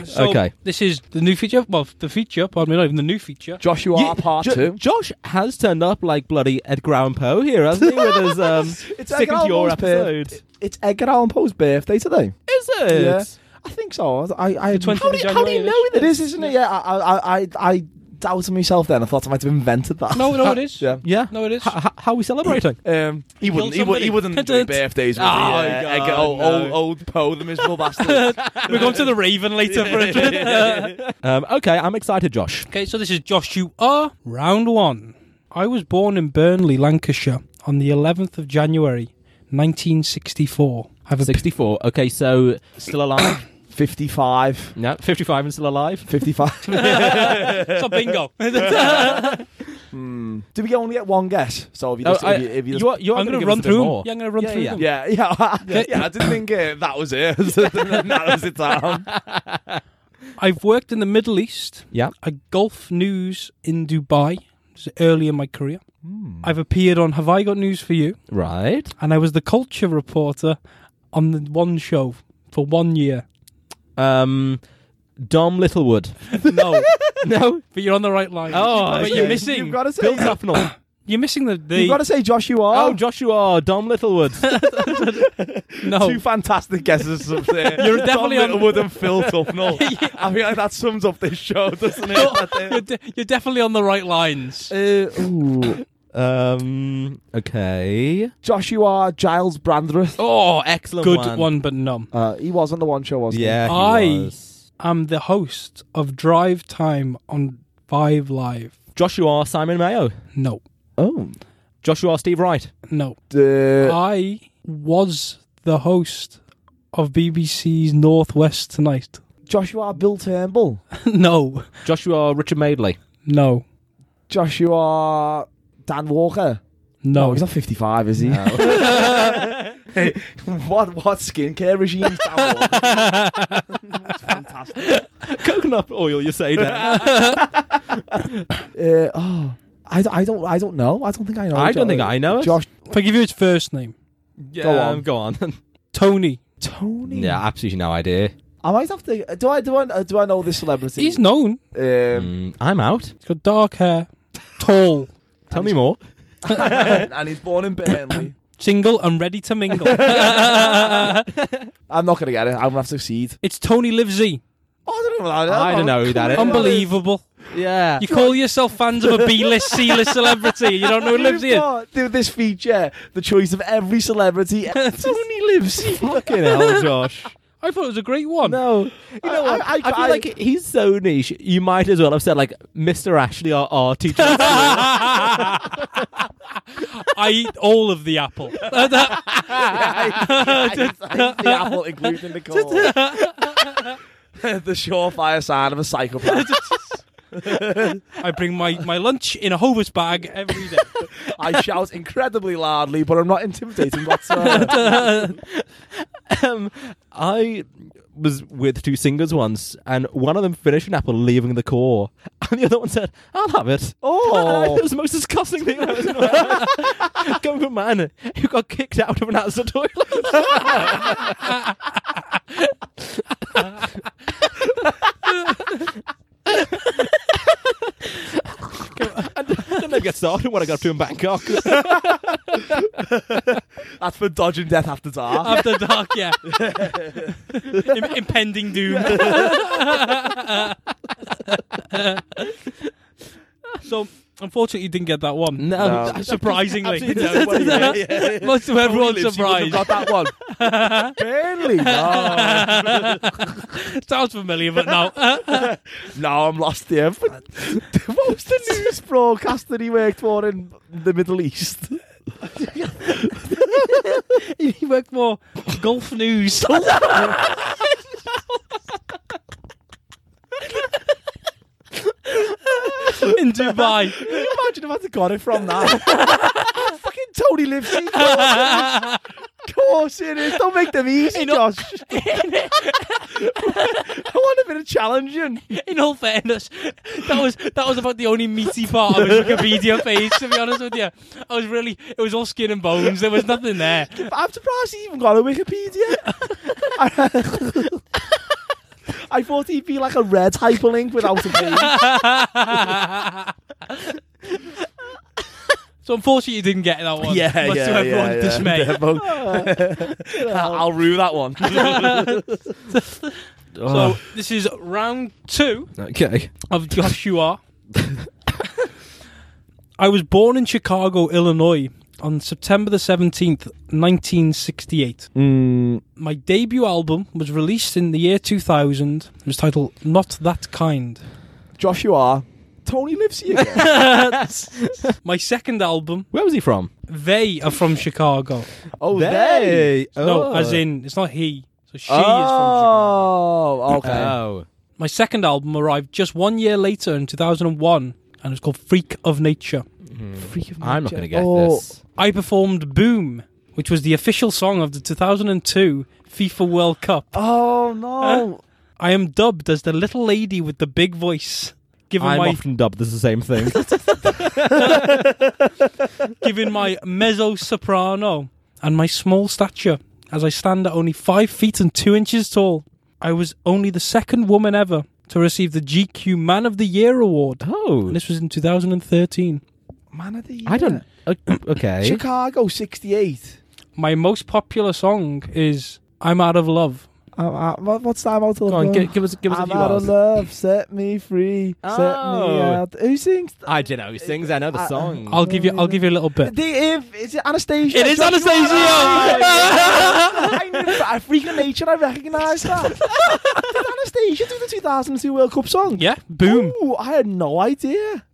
So Okay. This is the new feature. Well, the feature, pardon me, not even the new feature. Josh you Yeah, are part Jo- two. Josh has turned up like bloody Edgar Allan Poe here, hasn't he? With his um, It's second Edgar your Allan Poe's episode. birth- It's Edgar Allan Poe's birthday today. Is it? Yeah. I think so. I, I, The 20th how, do, of how do you January, know this? It is, isn't it? Yeah, I, I, I, I doubted myself then. I thought I might have invented that. No, no, it is. Yeah. Yeah. No, it is. H- h- how are we celebrating? Um, he wouldn't. He, would, somebody. he wouldn't do Pedant. birthdays. With Oh, the, uh, God, Edgar- old, no. old, old Poe, the miserable bastard. We're going to the Raven later for it. um, okay, I'm excited, Josh. okay, so this is Josh. You are round one. I was born in Burnley, Lancashire, on the 11th of January, 1964. I have a 64. Okay, so still alive? Fifty-five. no, 55 and still alive. Fifty-five. it's a bingo. I'm Do we only get one guess? So if you, Oh, just, I- if you, if you just- you are, you are going to give run us a bit through. 'em. more. Yeah, I'm going to run Yeah, through yeah. them. yeah, yeah, yeah, I didn't think uh, that was it. that was it down. I've worked in the Middle East. Yeah. I golf news in Dubai. This is early in my career. Hmm. I've appeared on Have I Got News for You? Right. And I was the culture reporter on the one show for one year. Um, Dom Littlewood. No, no? but you're on the right line. Oh, but okay. you're You've missing. got to say. Bill Tufnell. You've missing the. the You've got to say Josh. You are. oh, Joshua. Dom Littlewood. no. Two fantastic guesses up there. You're definitely Tom on- Littlewood and Phil Tufnell. I feel like that sums up this show, doesn't it? you're, That, de- you're definitely on the right lines. uh, uh, ooh. um, okay. Josh, you are Giles Brandreth. Oh, excellent Good one. but no. Uh, he was on the one show, wasn't Yeah, he I- was. I'm the host of Drive Time on Five Live. Joshua Simon Mayo. No, he? Oh. Joshua Steve Wright. no. Uh, I was the host of BBC's Northwest Tonight. Joshua Bill Turnbull. no, Joshua Richard Madeley. no, Joshua Dan Walker. Oh, no. he's not 55, is he? Hey, what what skincare regime is Dan Walker? That's fantastic. Coconut oil, you say that? Uh, oh, I, I don't I don't know. I don't think I know. I Jo- don't think I know it. Josh if I give you his first name, Yeah, Go on. Go on. Tony. Tony. yeah, absolutely no idea. I might have to. Do I do I uh, do I know this celebrity? He's known. Um, Mm, I'm out. He's got dark hair, tall, Tell me more. and he's born in Burnley. single, and ready to mingle. I'm not gonna get it. I'm gonna have to succeed. it's Tony Livesey. Oh, I don't know. That, I don't know who that is. Unbelievable. Yeah. You call yourself fans of a B-list, C-list celebrity. You don't know who lives here. Do this feature, the choice of every celebrity. Tony lives. fucking hell, Josh. I thought it was a great one. No, you know what? I, I- I- feel I- like he's so niche. You might as well have said like Mr. Ashley or, or teacher. I eat all of the apple. the apple, including the core. the surefire sign of a psychopath. I bring my, my lunch in a Hovis bag every day. I shout incredibly loudly, but I'm not intimidating whatsoever. um, I was with two singers once, and one of them finished an apple, leaving the core, and the other one said, "I'll have it." And I- Oh. it was the most disgusting thing I've ever seen. in my life. Come from a man who got kicked out of an answer toilet. I didn't even get started when I got to in Bangkok. That's for dodging death after dark. After dark, yeah. Im- impending doom. so Unfortunately, you didn't get that one. No. that's- Surprisingly. Absolutely. Yeah, yeah, yeah. Much to Probably everyone's Liv, she wouldn't surprise. have Got that one. Burnley. No, Sounds familiar, but no. uh. no, I'm lost here. But what was the news broadcast that he worked for in the Middle East? he worked more golf news. In Dubai. Can you imagine if I'd have got it from that? Fucking Tony Livesey. Of course, of course it is. Don't make them easy, You know- Josh. I want a bit of challenging. In all fairness, that was that was about the only meaty part of his Wikipedia page. To be honest with you, I was really it was all skin and bones. There was nothing there. I'm surprised he even got a Wikipedia. I thought he'd be like a red hyperlink without a page. So unfortunately, you didn't get that one. much to everyone's dismay. I'll rue that one. So this is round two Oh, okay. of Joshua. I was born in Chicago, Illinois, on September the seventeenth, nineteen sixty-eight. Hmm. My debut album was released in the year two thousand. It was titled "Not That Kind." Josh, you are. Tony lives here. again. My second album, Where was he from? they are from Chicago. Oh, they. Oh. No, as in it's not he. So she is from Chicago. oh, okay. Oh. My second album arrived just one year later in two thousand and one, and it's called "Freak of Nature." Freak of I'm not nature. going to get Oh, this. I performed Boom, which was the official song of the 2002 FIFA World Cup. Oh no! I am dubbed as the little lady with the big voice, given I'm my often dubbed as the same thing. given my mezzo soprano and my small stature, as I stand at only 5 feet and 2 inches tall. I was only the second woman ever to receive the GQ Man of the Year award. oh. And this was in 2013. Man of the year. I don't. o- Okay. Chicago '68. My most popular song is I'm Out of Love. I'm out, Uh, what, what's time out of Go on, love? gi- give us, give us a I'm few out bars. of love. Set me free. Set Oh. me out. Who sings? th- I don't know who sings. I know the I- song. I'll give you I'll give you a little bit. The if is it Anastasia? It is Josh, Anastasia! I knew that. I freak of nature. I recognise that. Did Anastasia do the 2002 World Cup song? Yeah, Boom. Ooh, I had no idea.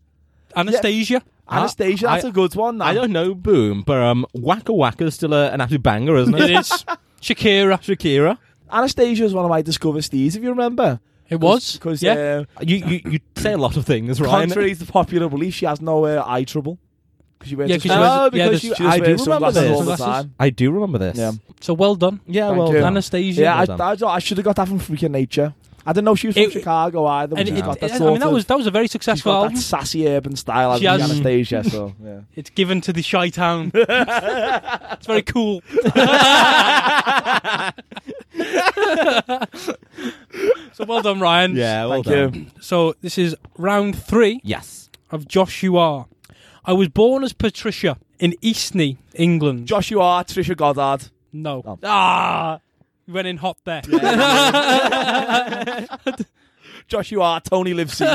Anastasia. Anastasia, that's I- a good one. I don't know. Boom, but um, Waka Waka is still a, an absolute banger, isn't it? It is. Shakira. Shakira. Anastasia is one of my discover steeds, if you remember. It was. Because yeah. You, you you say a lot of things, right? contrary to popular belief, she has no uh, eye trouble. Because she wears Yeah, 'cause she wears- oh, yeah, because there's- she, she I just do wears remember sunglasses this all all the the time. I do remember this. Yeah. so well done. Yeah. Thank well, you. done. Anastasia. Yeah, done. I, I, I should have got that from Freaking Nature. I didn't know she was from It- Chicago either. but and she's it, got that I sort mean that of- was that was a very she's successful got album. that sassy urban style. I She think, has- Anastasia. So yeah. It's given to the shy town. it's very cool. so well done, Ryan. Yeah. Well done. Thank you. So this is round three Yes. of Joshua. I was born as Patricia in Eastney, England. Joshua, Trisha Goddard. no. Oh. Ah, you went in hot there. Joshua, Tony Livesey.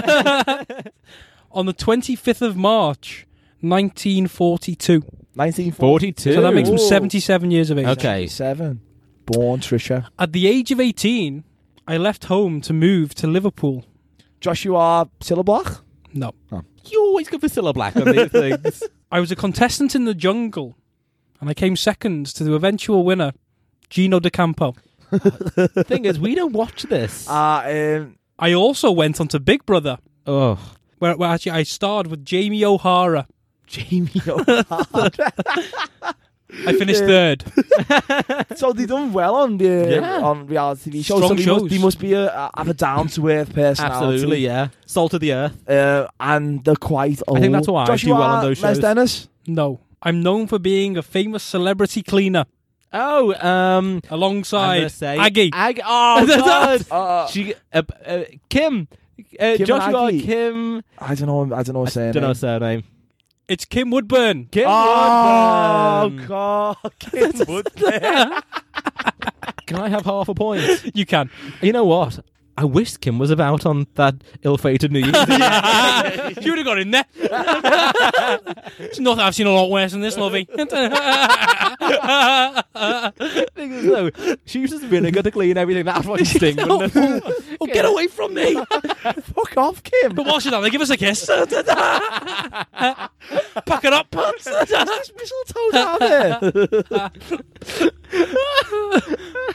on the 25th of March, 1942. 1947. Forty-two. So that makes him Ooh. 77 years of age. Okay. Born Trisha. At the age of 18, I left home to move to Liverpool. Joshua Silblach. No. You always go for Cilla Black on these things. I was a contestant in the jungle, and I came second to the eventual winner, Gino De Campo. the thing is, we don't watch this. Uh, um, I also went on to Big Brother, oh, where, where actually I starred with Jamie O'Hara. Jamie. I finished third. So they done well on the Yeah. on reality TV shows. Strong so they shows. Must, they must be a, a, have a down to earth absolutely, personality. yeah. Salt of the earth. Uh, and they're quite old. think that's why I do Joshua, well on those Les shows. Dennis. No. I'm known for being a famous celebrity cleaner Oh, um, I'm alongside gonna say Aggie. Aggie. Oh God. Uh, she uh, uh, Kim. Uh, Kim Joshua Aggie. Kim. I don't know. I don't know. What's saying. Don't know her surname. It's Kim Woodburn. Kim. Oh Woodburn. God! Kim Woodburn. Can I have half a point? You can. you know what? I wish Kim was about on that ill-fated New Year's. Eve. she would have got in there. it's not. I've seen a lot worse than this, lovey. thing is, though, she uses vinegar to clean everything. That's what she's doing. oh, wouldn't it? oh, get away from me! Fuck off, Kim. But while she's down there, give us a kiss. Pack it up, pants. Mistletoe's out there.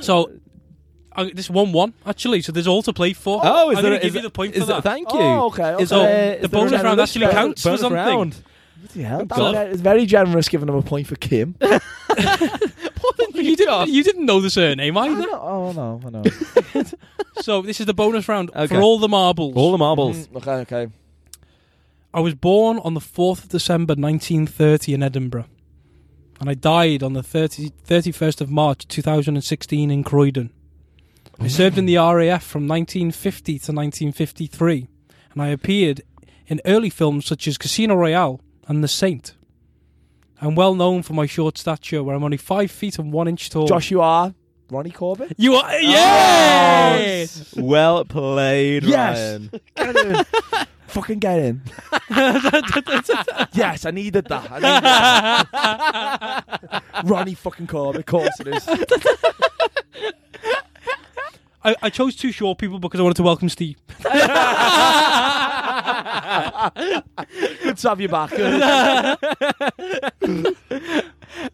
so. Uh, this one one actually, so there's all to play for. Oh, is I'm there? gonna is give you there- the point is for there- that. Thank you. Oh, okay, Is okay. Uh, there- The is there bonus another round list? actually counts for Bonus something. round. Yeah, God. it's very generous giving him a point for Kim. I you, didn't, you didn't know the surname either. don't- oh no, I know. so this is the bonus round Okay. for all the marbles. All the marbles. Mm, okay, okay. I was born on the 4th of December 1930 in Edinburgh. And I died on the 30, 31st of March 2016 in Croydon. I served in the RAF from 1950 to 1953. And I appeared in early films such as Casino Royale and The Saint. I'm well known for my short stature, where I'm only five feet and one inch tall. Josh, you are Ronnie Corbett. you are yes. Well played, Yes. Ryan. Get in. Fucking get in. yes, I needed that. I needed that. Ronnie fucking Corbett, of course it is. I, I chose two short people because I wanted to welcome Steve. Good to have you back. Good.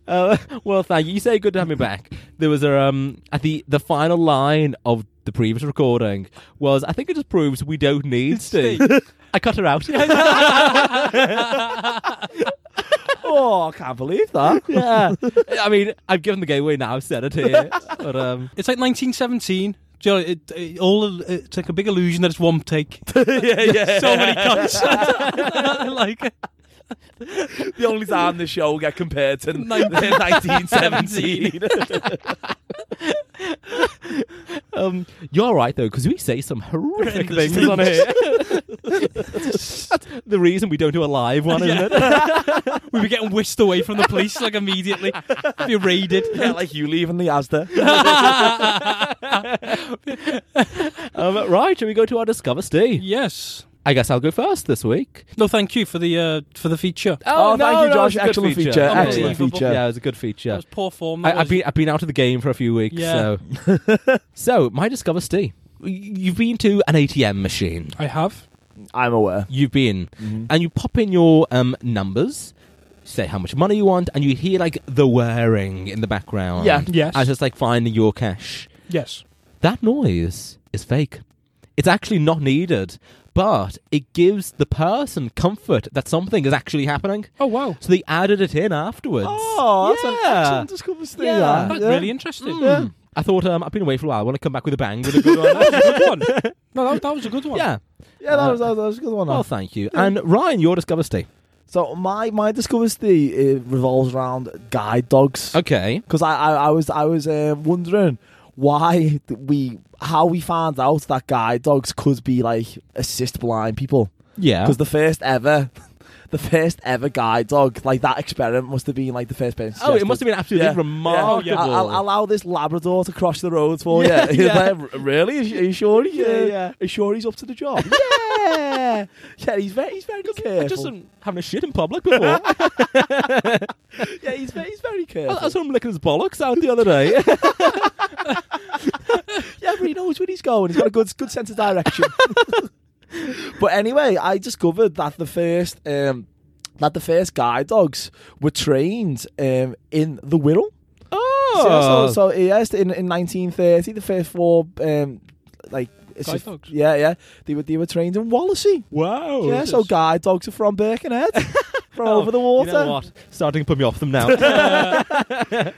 Uh, well, thank you. You say good to have me back. There was a um at the the final line of the previous recording was I think it just proves we don't need Steve. I cut her out. Oh, I can't believe that. yeah. I mean, I've given the game away now. I've said it here. But um, It's like 1917. Do you know, it, it, all it's like a big illusion that it's one take. yeah, yeah. so many cuts. like the only time the show will get compared to 1917. um, you're right though, because we say some horrific Horrendous things on here. That's the reason we don't do a live one, isn't it? we were getting whisked away from the police like immediately. Be raided. yeah, like you leaving the Asda. Um, right, shall we go to our Discover Steve? yes. I guess I'll go first this week. No, thank you for the uh, for the feature. Oh, thank you, Josh. it's a good Excellent feature. Yeah, Excellent yeah. feature. Yeah, it was a good feature. That was poor form. that I, I've was. been I've been out of the game for a few weeks. Yeah. So, so my Discover Steve. You've been to an ATM machine. I have. I'm aware. You've been, Mm-hmm. and you pop in your um, numbers, say how much money you want, and you hear like the whirring in the background. Yeah. Yes. as it's like finding your cash. yes. That noise is fake. It's actually not needed, but it gives the person comfort that something is actually happening. Oh wow. So they added it in afterwards. Oh, that's an Yeah. excellent discovery. Steve, Yeah. that. That's Yeah. really interesting. Hmm. Mm. I thought um, I've been away for a while. I want to come back with a bang with a good one. Good one. No, that, that was a good one. yeah. Yeah, that was, that was- that was a good one. Well, that. thank you. And Ryan, your discover stay. So my my discovery Steve, it revolves around guide dogs. Okay. because I, I I was I was uh, wondering why th- we how we found out that guide dogs could be like assist blind people Yeah. because the first ever the first ever guide dog like that experiment must have been like the first person. oh, it must have been absolutely Yeah. remarkable. Yeah. I'll, I'll allow this Labrador to cross the road for you. Yeah, yeah. Like, "R- really? Are you, are you sure? He, uh, Yeah, yeah. Are you sure he's up to the job? yeah, yeah. He's very, he's very careful. I just um, having a shit in public before. I, yeah, he's very, he's very I careful. was him licking his bollocks out the other day. Yeah, but he knows where he's going. He's got a good good sense of direction. but anyway, I discovered that the first um, that the first guide dogs were trained um, in the Wirral. oh. So, so, so yes, in, in 1930, the first four um, like it's Guide just- dogs. Yeah, yeah, they were they were trained in Wallasey. wow. yeah, so guide dogs are from Birkenhead, from over the Oh, You water. know what? Starting to put me off them now.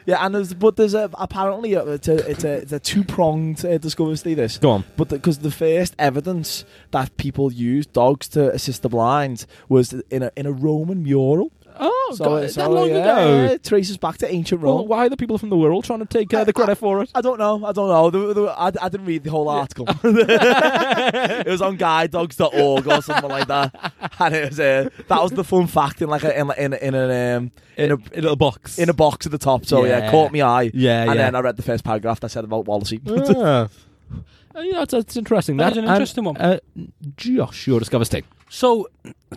Yeah, and there's but there's a, apparently a, it's a it's a, it's a two pronged uh, discovery. See this. Go on. But because the, first evidence that people used dogs to assist the blind was in a in a Roman mural. Oh, uh, God, that long yeah, ago. yeah, it traces back to ancient Rome. well, why are the people from the world trying to take uh, the credit for it? I don't know. I don't know. There- there- I, I didn't read the whole article. it was on guidedogs.org or something like that. And it was uh, that was the fun fact in like a, in in in an um, in a little box. in a box at the top. So yeah, Yeah. caught me eye. yeah, yeah. and then I read the first paragraph that said about Wallasey. Ah. Uh, yeah, that's, that's interesting. That is an And, interesting one. Uh, Josh, your discover state. So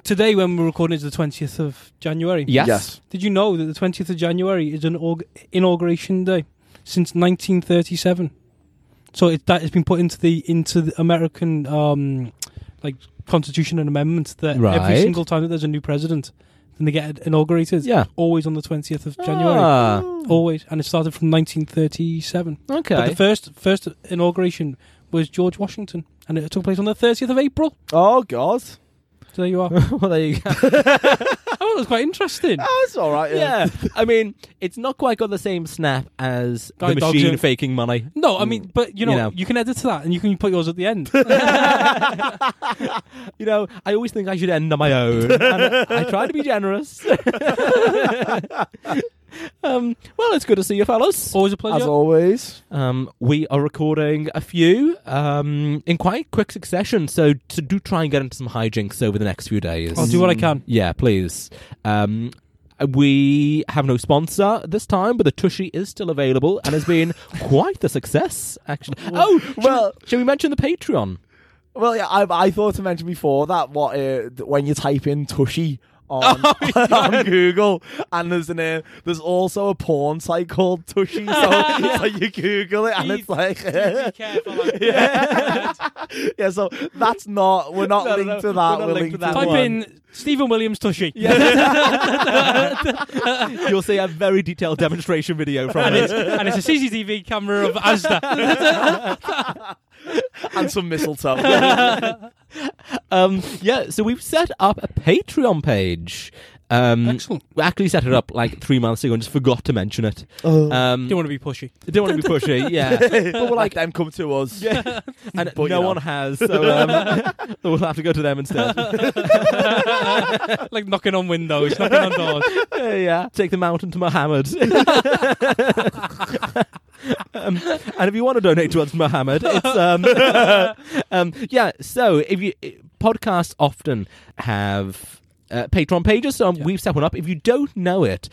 today, when we're recording, is the twentieth of January. Yes. Yes. Did you know that the twentieth of January is an org- inauguration day since nineteen thirty-seven? So it, that has been put into the into the American um, like Constitution and amendments that every Right. single time that there's a new president, then they get inaugurated. Yeah. Always on the twentieth of January. Ah, Always, and it started from nineteen thirty-seven. But okay. the first first inauguration was George Washington, and it took place on the thirtieth of April. Oh God. So there you are. well, there you go. I thought it was quite interesting. Oh, it's all right. yeah. I mean, it's not quite got the same snap as Guy the Dodger. machine faking money. No, I mean, but you know, Mm. You you know. can edit to that, and you can put yours at the end. You know, I always think I should end on my own. And I try to be generous. um, well, it's good to see you, fellas. Always a As pleasure. always. Um, we are recording a few um, in quite quick succession, so to do try and get into some hijinks over the next few days. I'll do what I can. Yeah, please. Um, we have no sponsor this time, but the Tushy is still available and has been quite the success, actually. Oh, should well- we, should we mention the Patreon? Well, yeah, I, I thought to mention before that what uh, th- when you type in tushy on, Oh, on Google and there's an uh, there's also a porn site called tushy, so, so you Google it and it's like uh, yeah, so that's not we're not No, no, linked no, to that. we're not We're linked linked to that to Type one. in Stephen Williams Tushy. You'll see a very detailed demonstration video from And, it's, it. and it's a CCTV camera of Asda. and some mistletoe. Um, yeah, so we've set up a Patreon page. Um, Excellent. We actually set it up like three months ago and just forgot to mention it. Oh. Um, Don't want to be pushy. didn't want to be pushy, yeah. but we're like them come to us. And But, you no know. one has, so um, we'll have to go to them instead. Like knocking on windows, knocking on doors. Uh, yeah, take the mountain to Muhammad. um, and if you want to donate to us, Muhammad, it's um, um, yeah. So if you i- podcasts often have uh, Patreon pages, so um, we've set one up. If you don't know it.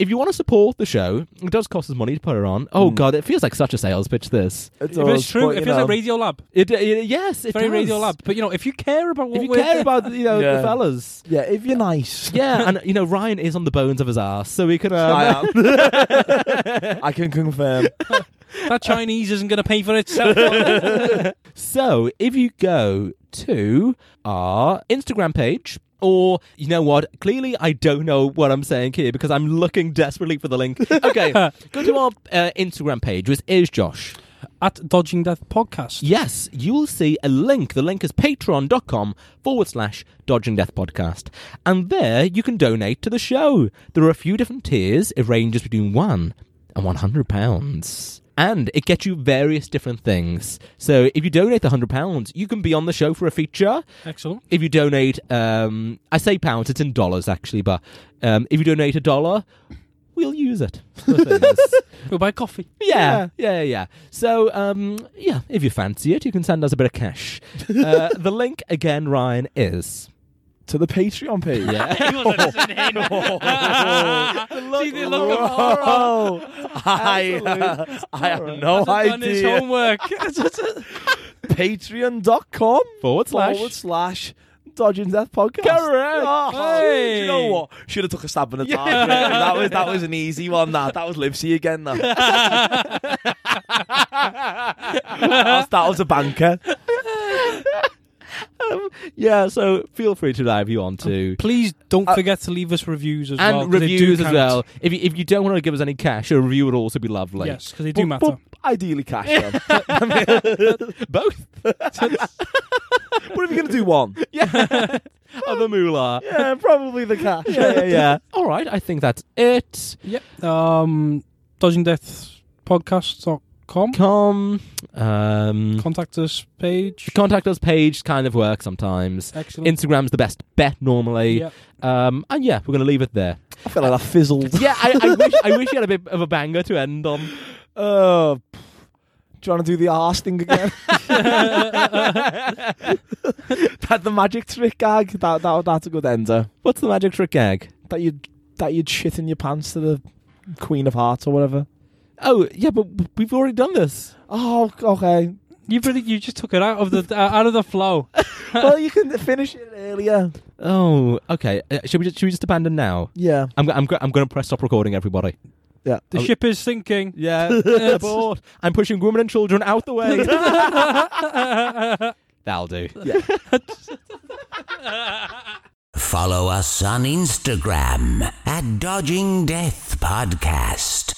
If you want to support the show, it does cost us money to put it on. Oh god, it feels like such a sales pitch. This, It's If us, it's true, but, it you feels know. like Radio Lab. it, it- yes, it Very does. Radio Lab. But you know, if you care about what If you we're care about you know the Yeah. fellas, Yeah, if you're nice. yeah, and you know Ryan is on the bones of his ass, so we can. Um, I am. I can confirm. that Chinese isn't going to pay for itself. So if you go to our Instagram page, or you know what? Clearly, I don't know what I'm saying here because I'm looking desperately for the link. Okay, go to our uh, Instagram page, which is Josh. At Dodging Death Podcast. Yes, you will see a link. The link is patreon.com forward slash dodging death podcast. And there you can donate to the show. There are a few different tiers. It ranges between one and one hundred pounds. And it gets you various different things. So if you donate the hundred pounds, you can be on the show for a feature. Excellent. If you donate um I say pounds, it's in dollars actually, but um if you donate a dollar, we'll use it. for things. We'll buy coffee. Yeah, yeah, yeah. yeah. So, um, yeah, if you fancy it, you can send us a bit of cash. Uh, the link again, Ryan, is to the Patreon page. yeah. See the look of horror. Oh, I, I have no Done his idea. homework. Patreon.com forward slash. forward slash Dodging Death Podcast. Correct. Oh, Do Hey. you know what? Should have took a stab in the dark. really. that was that was an easy one. That that was Livesey again. That. that, was, that was a banker. yeah, so feel free to dive you on to. Please don't forget to leave us Uh, reviews as And Oh, well. 'cause they do reviews as count. well. If you, if you don't want to give us any cash, a review would also be lovely. Yes, because they do But- matter. but ideally, cash. Them. what Both are we gonna do? One? of the moolah. Yeah, probably the cash. Yeah, yeah, yeah. All right, I think that's it. yep. Um, Dodging Death Podcast.com. Com. Um, Contact us page. contact us page kind of work sometimes. Excellent. Instagram's the best bet normally. Yep. Um, and yeah, we're going to leave it there. I feel like I fizzled. Yeah, I, I wish I wish you had a bit of a banger to end on. Uh, pff. do you want to do the arse thing again? that the magic trick gag. That, that that's a good ender. What's the magic trick gag? That you that you'd shit in your pants to the Queen of Hearts or whatever. Oh yeah, but we've already done this. Oh, okay. You really, you just took it out of the uh, out of the flow. well, you can finish it earlier. Oh, okay. Uh, should we just, should we just abandon now? Yeah. I'm go- I'm go- I'm going to press stop recording, everybody. Yeah. Oh. The ship is sinking. Yeah, abort. I'm pushing women and children out the way. That'll do. Follow us on Instagram at Dodging Death Podcast